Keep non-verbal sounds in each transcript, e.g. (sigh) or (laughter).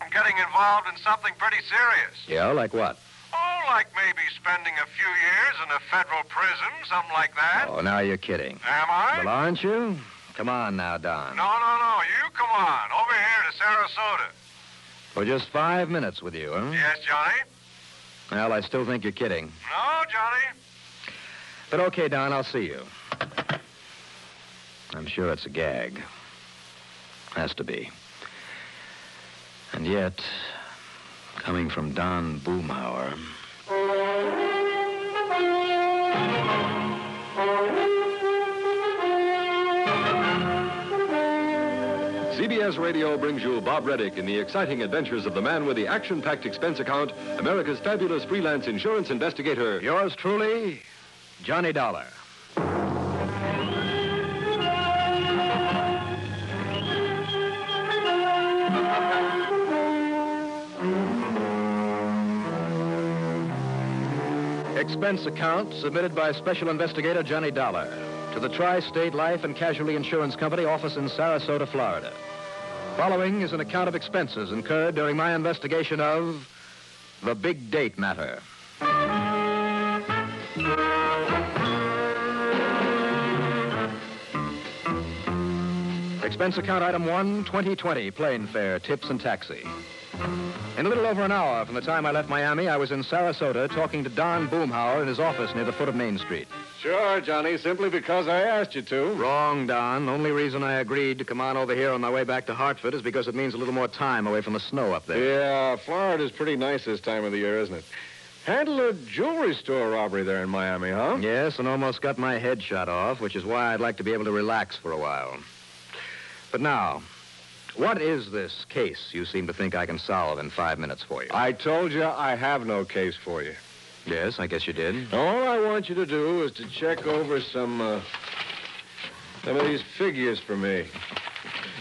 I'm getting involved in something pretty serious. Yeah, like what? Oh, like maybe spending a few years in a federal prison, something like that. Oh, now you're kidding. Am I? Well, aren't you? Come on now, Don. No, no, no. You come on. Over here to Sarasota. For just five minutes with you, huh? Yes, Johnny? Well, I still think you're kidding. No, Johnny? But okay, Don, I'll see you. I'm sure it's a gag. Has to be. And yet, coming from Don Boomhauer. CBS Radio brings you Bob Reddick in the exciting adventures of the man with the action-packed expense account, America's fabulous freelance insurance investigator. Yours truly, Johnny Dollar. Expense account submitted by Special Investigator Johnny Dollar to the Tri State Life and Casualty Insurance Company office in Sarasota, Florida. Following is an account of expenses incurred during my investigation of the Big Date matter. Expense account item 1, 2020, plane fare, tips, and taxi. In a little over an hour from the time I left Miami, I was in Sarasota talking to Don Boomhauer in his office near the foot of Main Street. Sure, Johnny, simply because I asked you to. Wrong, Don. Only reason I agreed to come on over here on my way back to Hartford is because it means a little more time away from the snow up there. Yeah, Florida's pretty nice this time of the year, isn't it? Handled a jewelry store robbery there in Miami, huh? Yes, and almost got my head shot off, which is why I'd like to be able to relax for a while. But now, what is this case you seem to think I can solve in five minutes for you? I told you I have no case for you. Yes, I guess you did. All I want you to do is to check over some, uh, some of these figures for me. Now,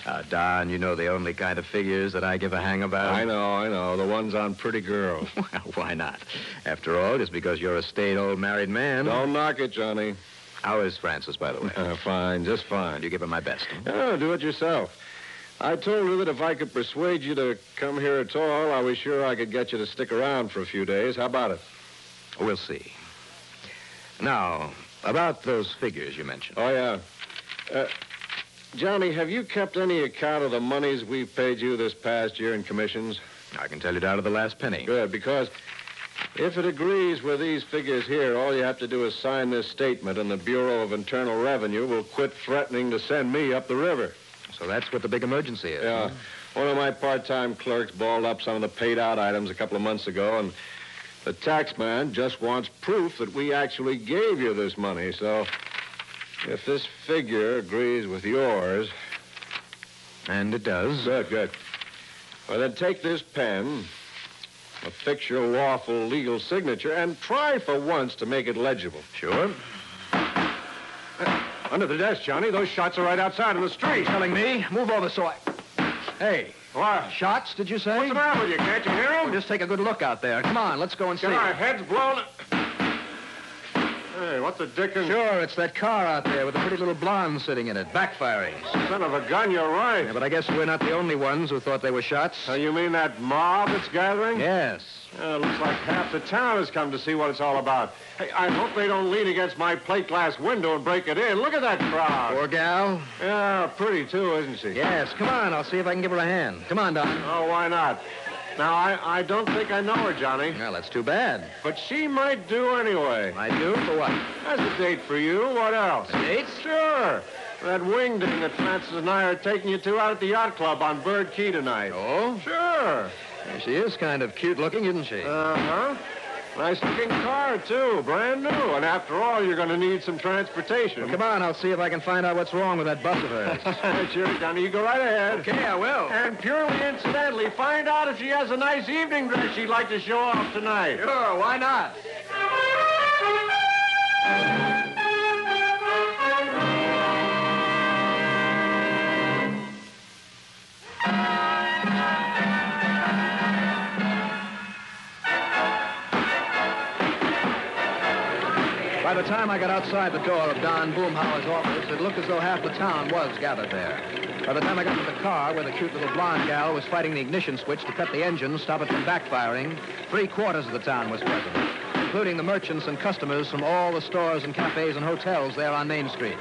Ah, Don, you know the only kind of figures that I give a hang about. I know, I know. The ones on pretty girls. (laughs) Well, why not? After all, just because you're a staid old married man. Don't knock it, Johnny. How is Francis, by the way? Uh, fine, just fine. You give him my best. Oh, do it yourself. I told her that if I could persuade you to come here at all, I was sure I could get you to stick around for a few days. How about it? We'll see. Now, about those figures you mentioned. Oh, yeah. Uh, Johnny, have you kept any account of the monies we've paid you this past year in commissions? I can tell you down to the last penny. Good, because if it agrees with these figures here, all you have to do is sign this statement, and the Bureau of Internal Revenue will quit threatening to send me up the river. So that's what the big emergency is. Yeah. One of my part-time clerks balled up some of the paid-out items a couple of months ago, and the tax man just wants proof that we actually gave you this money. So if this figure agrees with yours, And it does. good, good. Well, then take this pen, affix your lawful legal signature, and try for once to make it legible. Sure. Uh, Under the desk, Johnny. Those shots are right outside in the street. Telling me? Move over so I. Hey. What? Shots, did you say? What's the matter with you? Can't you hear him? Just take a good look out there. Come on, let's go and see. Get our heads blown. Hey, what the dickens? Sure, it's that car out there with the pretty little blonde sitting in it, backfiring. Son of a gun, you're right. Yeah, but I guess we're not the only ones who thought they were shots. Uh, you mean that mob that's gathering? Yes. Uh, looks like half the town has come to see what it's all about. Hey, I hope they don't lean against my plate glass window and break it in. Look at that crowd. Poor gal. Yeah, pretty too, isn't she? Yes, come on. I'll see if I can give her a hand. Come on, Doc. Oh, why not? Now, I, I don't think I know her, Johnny, Well, that's too bad. but she might do anyway. I do for what? That's a date for you. What else? A date? Sure. That wing ding that Francis and I are taking you to out at the yacht club on Bird Key tonight. Oh? Sure. Yeah, She is kind of cute looking, isn't she? Uh-huh. Nice looking car, too. Brand new. And after all, you're going to need some transportation. (laughs) Come on, I'll see if I can find out what's wrong with that bus of (laughs) hers. sure, Johnny. You go right ahead. I will. And purely incidentally, find out if she has a nice evening dress she'd like to show off tonight. Sure, why not? By the time I got outside the door of Don Boomhauer's office, it looked as though half the town was gathered there. By the time I got to the car where the cute little blonde gal was fighting the ignition switch to cut the engine, stop it from backfiring, three quarters of the town was present, including the merchants and customers from all the stores and cafes and hotels there on Main Street.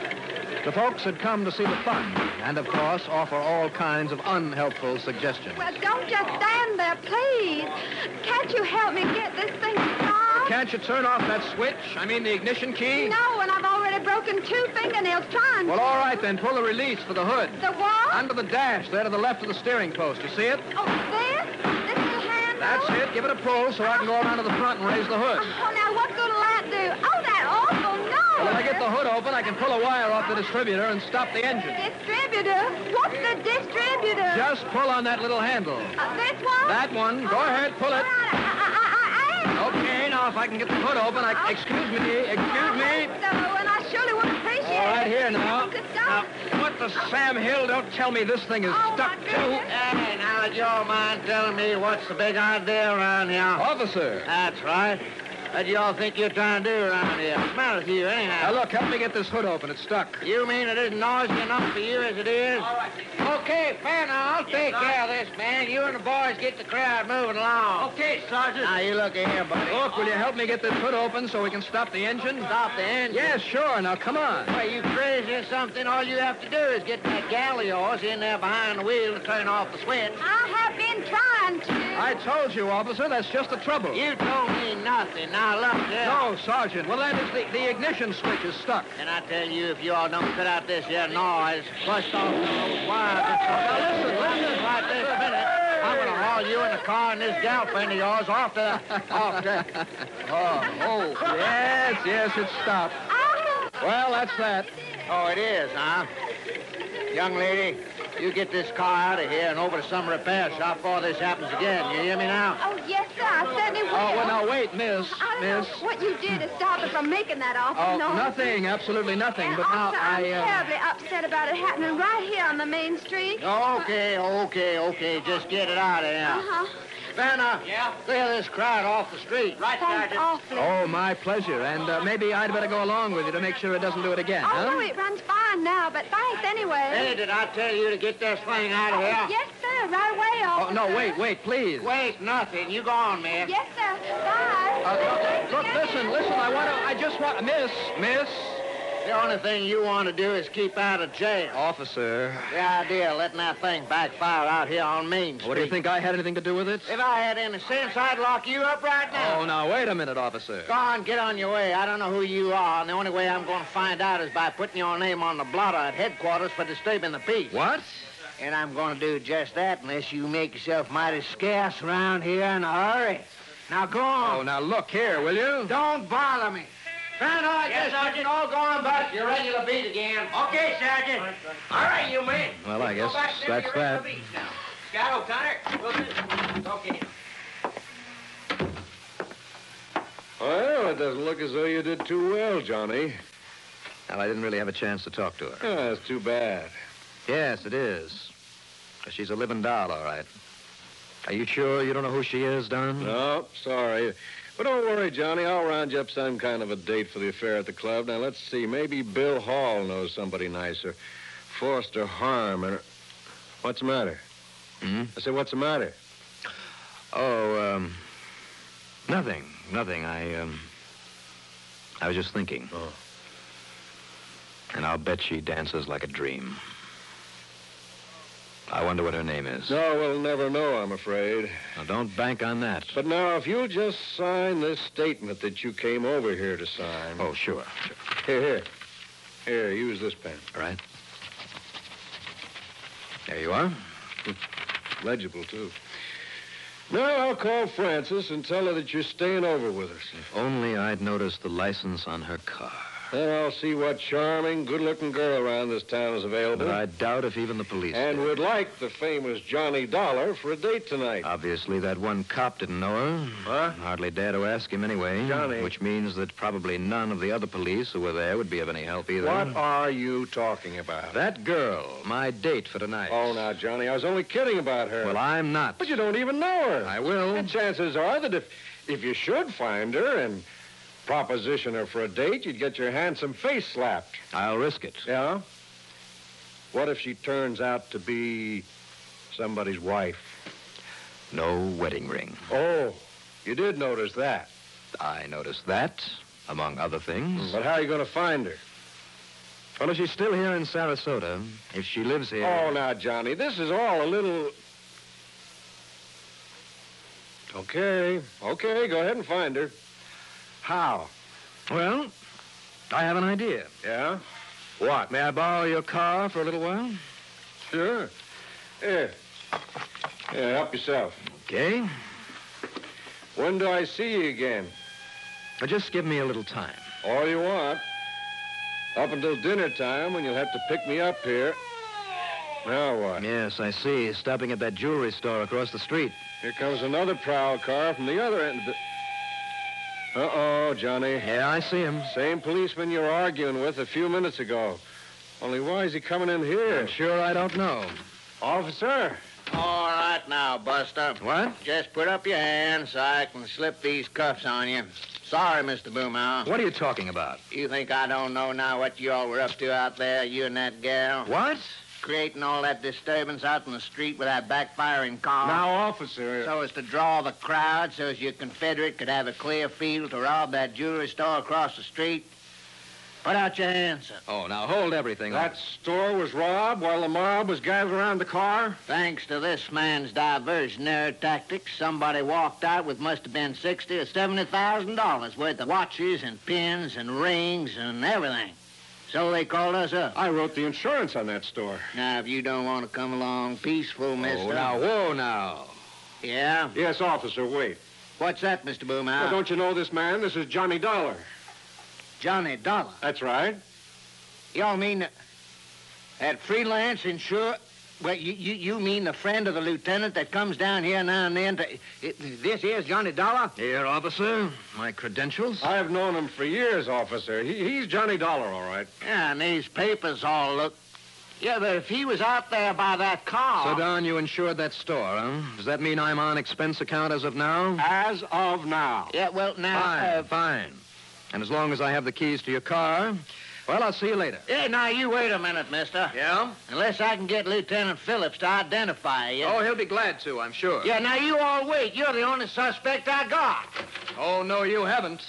The folks had come to see the fun and, of course, offer all kinds of unhelpful suggestions. Well, don't just stand there, please. Can't you help me get this thing started? Can't you turn off that switch? I mean the ignition key? No, and I've already broken two fingernails trying. Well, to. all right then. Pull the release for the hood. The what? Under the dash, there to the left of the steering post. You see it? Oh, this? This little handle? That's it. Give it a pull so I can go around to the front and raise the hood. Oh, now what's going to that do? Oh, that awful noise. Well, when I get the hood open, I can pull a wire off the distributor and stop the engine. Distributor? What's the distributor? Just pull on that little handle. Uh, this one? That one. Go Oh, ahead, pull all it. Oh, right. I, I, I, I, I Okay, now if I can get the hood open, I... Excuse me. Excuse me. So, and I surely would appreciate All right, it. here now. Good Now, God. what the Sam Hill? Don't tell me this thing is Oh, stuck to. my goodness. Hey, now, do you mind telling me what's the big idea around here? Officer. That's right. What do y'all think you're trying to do around here? What's the matter with you, anyhow? Now, look, help me get this hood open. It's stuck. You mean it isn't noisy enough for you as it is? All right. Okay, fair now. I'll take care of this, man. You and the boys get the crowd moving along. Okay, Sergeant. Now, you look here, buddy. Look, will you help me get this hood open so we can stop the engine? Stop the engine. Yes, sure. Now, come on. Are you crazy or something? All you have to do is get that gal of yours in there behind the wheel to turn off the switch. I have been trying to. I told you, officer, that's just the trouble. You told me nothing. Now, look here. No, Sergeant. Well, that is the, the ignition switch is stuck. And I tell you, if you all don't cut out this here noise, bust off those wires. and stuff. Now listen, listen right this minute. I'm gonna haul you and the car and this gal friend of yours off to off to. (laughs) Oh, yes, yes, it's stopped. Well, that's that. Oh, it is, huh? Young lady, you get this car out of here and over to some repair shop before this happens again. You hear me now? Oh, yes, sir. I certainly will. Oh, well, now, wait, miss. I don't Miss. know what you did to stop it from making that awful Oh, noise. nothing. Absolutely nothing. And But now also, I'm I. Uh... terribly upset about it happening right here on the main street. Oh, uh, Okay, okay, okay. Just get it out of here. Uh-huh. Vanna, yeah? clear this crowd off the street. Right, Thanks awfully. Oh, my pleasure. And uh, maybe I'd better go along with you to make sure it doesn't do it again, oh, no, huh? it runs fine now, but thanks anyway. Hey, did I tell you to get this thing out of here? Yes, sir. Right away, Oh, officer. no, wait, wait, please. Wait, nothing. You go on, man. Yes, sir. Bye. Uh, look, listen, listen. I want to. I just want. Miss, miss. The only thing you want to do is keep out of jail. Officer. The idea of letting that thing backfire out here on Main Street. What do you think? I had anything to do with it? If I had any sense, I'd lock you up right now. Oh, now, wait a minute, officer. Go on, get on your way. I don't know who you are, and the only way I'm going to find out is by putting your name on the blotter at headquarters for disturbing the peace. What? And I'm going to do just that unless you make yourself mighty scarce around here in a hurry. Now go on. Oh, now, look here, will you? Don't bother me. Van Hart, yes, Sergeant. All going back. You're regular beat again. Okay, Sergeant. All right, you men. Well, I Go guess back there to that's your that. regular beats now. Scott O'Connor, Wilson. Okay. Well, it doesn't look as though you did too well, Johnny. Well, I didn't really have a chance to talk to her. Yeah, that's too bad. Yes, it is. 'Cause She's a living doll, all right. Are you sure you don't know who she is, Don? No, Oh, sorry. But don't worry, Johnny. I'll round you up some kind of a date for the affair at the club. Now, let's see. Maybe Bill Hall knows somebody nicer. Forster Harm. Or... What's the matter? Hmm? I said, what's the matter? Oh, um, nothing, nothing. I, um, I was just thinking. Oh. And I'll bet she dances like a dream. I wonder what her name is. No, we'll never know, I'm afraid. Now, don't bank on that. But now, if you'll just sign this statement that you came over here to sign. Oh, sure, sure. Here, here. Here, use this pen. All right. There you are. Legible, too. Now, I'll call Frances and tell her that you're staying over with us. If only I'd noticed the license on her car. Then I'll see what charming, good-looking girl around this town is available. But I doubt if even the police. And did. would like the famous Johnny Dollar for a date tonight. Obviously, that one cop didn't know her. Huh? Hardly dare to ask him anyway. Johnny. Which means that probably none of the other police who were there would be of any help either. what are you talking about? That girl, my date for tonight. Oh, now, Johnny, I was only kidding about her. Well, I'm not. But you don't even know her. I will. And chances are that if, if you should find her and proposition her for a date, you'd get your handsome face slapped. I'll risk it. Yeah? What if she turns out to be somebody's wife? No wedding ring. Oh, you did notice that. I noticed that, among other things. But how are you going to find her? Well, if she's still here in Sarasota, if she lives here. Oh, now, Johnny, this is all a little. Okay, okay, go ahead and find her. How? Well, I have an idea. Yeah? What? May I borrow your car for a little while? Sure. Here. Here, help yourself. Okay. When do I see you again? But just give me a little time. All you want. Up until dinner time when you'll have to pick me up here. Now what? Yes, I see. Stopping at that jewelry store across the street. Here comes another prowl car from the other end of the. Uh oh, Johnny. Yeah, I see him. Same policeman you were arguing with a few minutes ago. Only why is he coming in here? I'm sure I don't know. Officer. All right now, Buster. What? Just put up your hands so I can slip these cuffs on you. Sorry, Mr. Boomow. What are you talking about? You think I don't know now what you all were up to out there, you and that gal? What? Creating all that disturbance out in the street with that backfiring car. Now, uh, officer. So as to draw the crowd, so as your Confederate could have a clear field to rob that jewelry store across the street. Put out your hands, sir. Oh, now hold everything. that store was robbed while the mob was gathered around the car? Thanks to this man's diversionary tactics, somebody walked out with must have been sixty or seventy thousand dollars worth of watches and pins and rings and everything. So they called us up. I wrote the insurance on that store. Now, if you don't want to come along peaceful, mister. Oh, now, whoa, now. Yeah? Yes, officer, wait. What's that, Mr. Boomout? Well, don't you know this man? This is Johnny Dollar. Johnny Dollar. That's right. Y'all mean that, that freelance insurer? Well, you, you, you mean the friend of the lieutenant that comes down here now and then to. it- this is Johnny Dollar? Here, officer. My credentials. I've known him for years, officer. He, he's Johnny Dollar, all right. Yeah, and these papers all look. Yeah, but if he was out there by that car. So, Don, you insured that store, huh? Does that mean I'm on expense account as of now? As of now. Yeah, well, now. Fine, uh, fine. And as long as I have the keys to your car, well, I'll see you later. yeah, now you wait a minute, mister. Yeah? Unless I can get Lieutenant Phillips to identify you. Oh, he'll be glad to, I'm sure. Yeah, now you all wait. You're the only suspect I got. Oh, no, you haven't.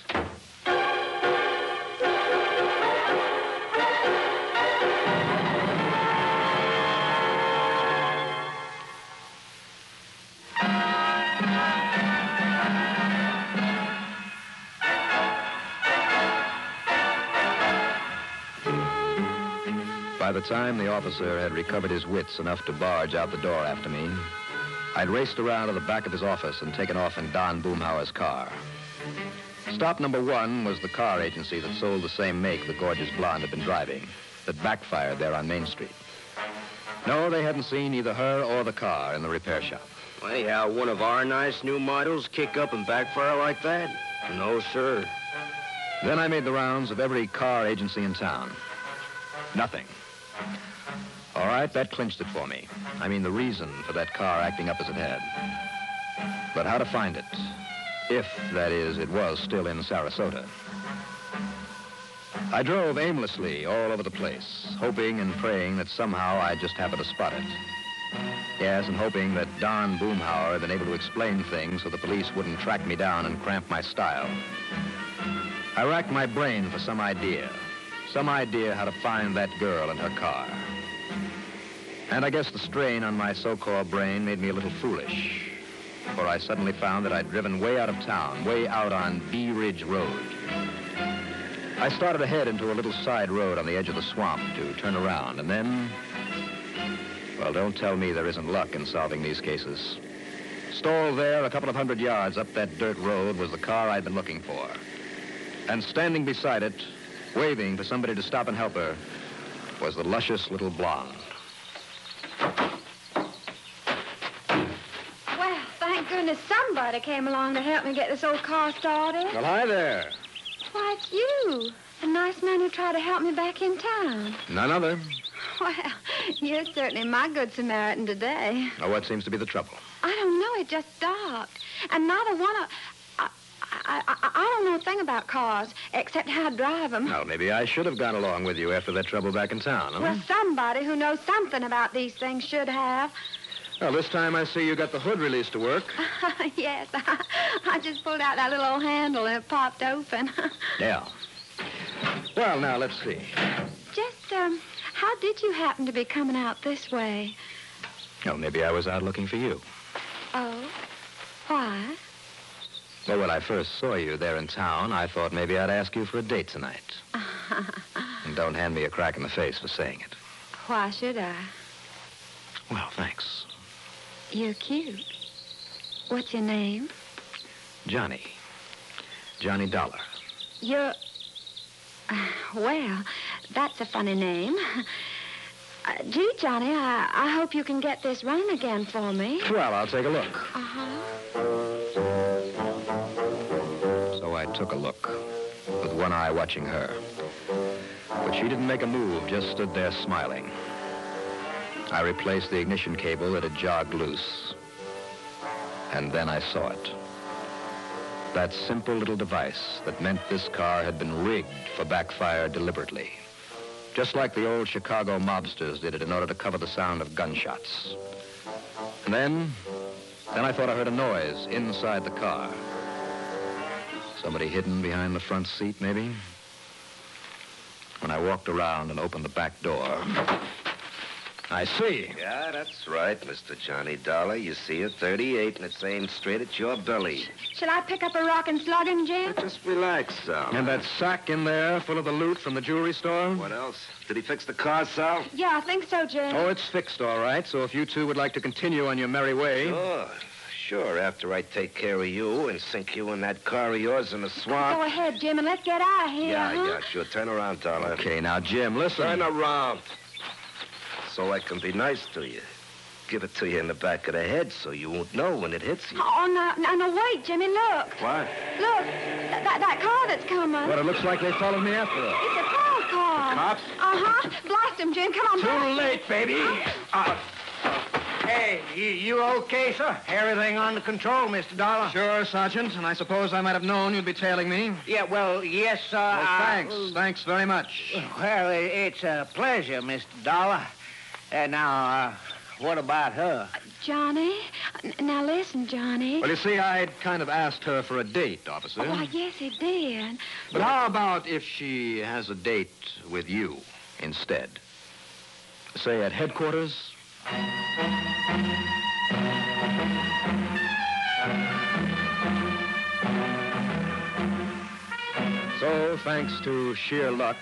By the time the officer had recovered his wits enough to barge out the door after me, I'd raced around to the back of his office and taken off in Don Boomhauer's car. Stop number one was the car agency that sold the same make the gorgeous blonde had been driving, that backfired there on Main Street. No, they hadn't seen either her or the car in the repair shop. Funny how one of our nice new models kick up and backfire like that. No, sir. Then I made the rounds of every car agency in town. Nothing. All right, that clinched it for me. I mean, the reason for that car acting up as it had. But how to find it? If, that is, it was still in Sarasota. I drove aimlessly all over the place, hoping and praying that somehow I'd just happen to spot it. Yes, and hoping that Don Boomhauer had been able to explain things so the police wouldn't track me down and cramp my style. I racked my brain for some idea. Some idea how to find that girl and her car. And I guess the strain on my so-called brain made me a little foolish. For I suddenly found that I'd driven way out of town, way out on Bee Ridge Road. I started ahead into a little side road on the edge of the swamp to turn around, and then... Well, don't tell me there isn't luck in solving these cases. Stalled there a couple of hundred yards up that dirt road was the car I'd been looking for. And standing beside it, waving for somebody to stop and help her, was the luscious little blonde. Well, thank goodness somebody came along to help me get this old car started. Well, hi there. Why, it's you. The nice man who tried to help me back in town. (laughs) None other. Well, you're certainly my good Samaritan today. Now, what seems to be the trouble? I don't know. It just stopped. And neither one of... I, I, I, I don't know a thing about cars, except how to drive them. Well, maybe I should have gone along with you after that trouble back in town, huh? Well, somebody who knows something about these things should have. (laughs) Well, this time I see you got the hood release to work. yes, I, I just pulled out that little old handle and it popped open. (laughs) Yeah. Well, now, let's see. just, um, how did you happen to be coming out this way? Well, maybe I was out looking for you. Oh, why? Well, when I first saw you there in town, I thought maybe I'd ask you for a date tonight. and don't hand me a crack in the face for saying it. Why should I? Well, thanks. You're cute. What's your name? Johnny. Johnny Dollar. You're. (sighs) Well, that's a funny name. Uh, gee, Johnny, I, I hope you can get this running again for me. Well, I'll take a look. Uh-huh. So I took a look, with one eye watching her. But she didn't make a move, just stood there smiling. I replaced the ignition cable that had jogged loose. And then I saw it. That simple little device that meant this car had been rigged for backfire deliberately. Just like the old Chicago mobsters did it in order to cover the sound of gunshots. And then, then I thought I heard a noise inside the car. Somebody hidden behind the front seat, maybe? When I walked around and opened the back door, I see. Yeah, that's right, Mr. Johnny Dollar. You see a 38 and it's aimed straight at your belly. Shall I pick up a rock and slug him, Jim? Just relax, Sal. And that sack in there full of the loot from the jewelry store? What else? Did he fix the car, Sal? Yeah, I think so, Jim. Oh, it's fixed, all right. So if you two would like to continue on your merry way. Sure. Sure, after I take care of you and sink you in that car of yours in the swamp. Go ahead, Jim, and let's get out of here. Yeah, huh? yeah, sure. Turn around, Dollar. Okay, now, Jim, listen. Turn around. So I can be nice to you. Give it to you in the back of the head so you won't know when it hits you. Oh, no, no, no, wait, Jimmy, look. What? Look, that, that, that car that's coming. Well, it looks like they followed me after us. It's a call car. cops? Uh-huh. Blast him, Jim. Come on, blast 'em. baby. Uh, hey, you, you okay, sir? Everything under control, Mr. Dollar. Sure, Sergeant, and I suppose I might have known you'd be tailing me. Yeah, well, yes, sir. Well, I- thanks. Thanks very much. Well, i- it's a pleasure, Mr. Dollar. Uh, now, uh, what about her? Johnny, n- now listen, Johnny. Well, you see, I'd kind of asked her for a date, officer. Oh, Why, yes, he did. But how about if she has a date with you instead? Say at headquarters? So, thanks to sheer luck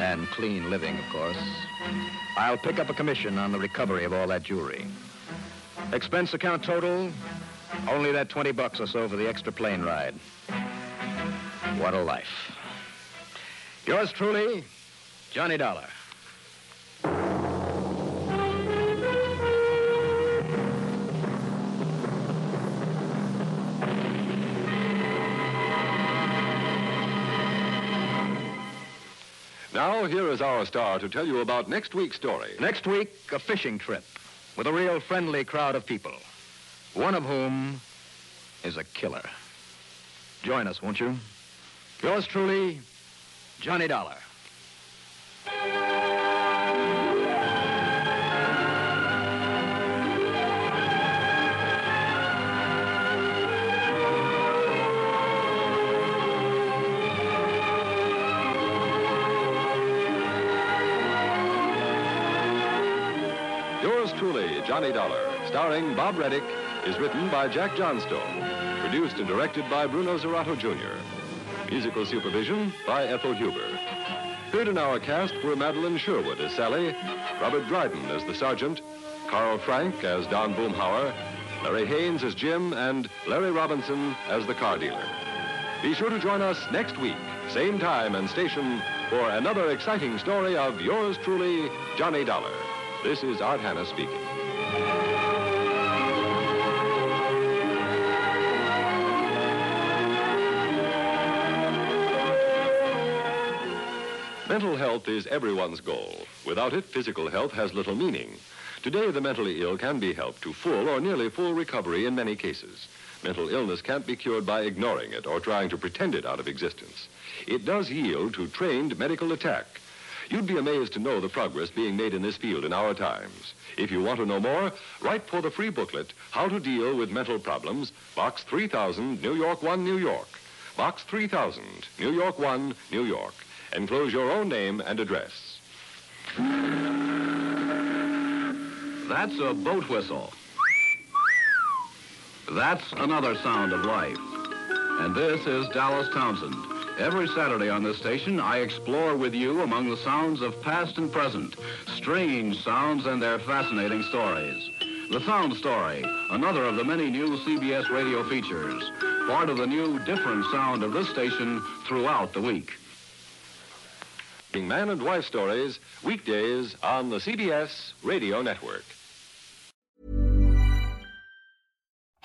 and clean living, of course, I'll pick up a commission on the recovery of all that jewelry. Expense account total, only that 20 bucks or so for the extra plane ride. What a life. Yours truly, Johnny Dollar. Now, here is our star to tell you about next week's story. Next week, a fishing trip with a real friendly crowd of people, one of whom is a killer. Join us, won't you? Yours truly, Johnny Dollar. Yours truly, Johnny Dollar, starring Bob Reddick, is written by Jack Johnstone. Produced and directed by Bruno Zerato Jr. Musical supervision by Ethel Huber. Heard in our cast were Madeline Sherwood as Sally, Robert Dryden as the sergeant, Carl Frank as Don Boomhauer, Larry Haynes as Jim, and Larry Robinson as the car dealer. Be sure to join us next week, same time and station, for another exciting story of yours truly, Johnny Dollar. This is Art Hanna speaking. Mental health is everyone's goal. Without it, physical health has little meaning. Today, the mentally ill can be helped to full or nearly full recovery in many cases. Mental illness can't be cured by ignoring it or trying to pretend it out of existence. It does yield to trained medical attack. You'd be amazed to know the progress being made in this field in our times. If you want to know more, write for the free booklet, How to Deal with Mental Problems, Box 3000, New York 1, New York. Box 3000, New York 1, New York. Enclose your own name and address. That's a boat whistle. That's another sound of life. And this is Dallas Townsend. Every Saturday on this station, I explore with you among the sounds of past and present, strange sounds and their fascinating stories. The Sound Story, another of the many new CBS radio features, part of the new different sound of this station throughout the week. Man and Wife Stories, weekdays on the CBS Radio Network.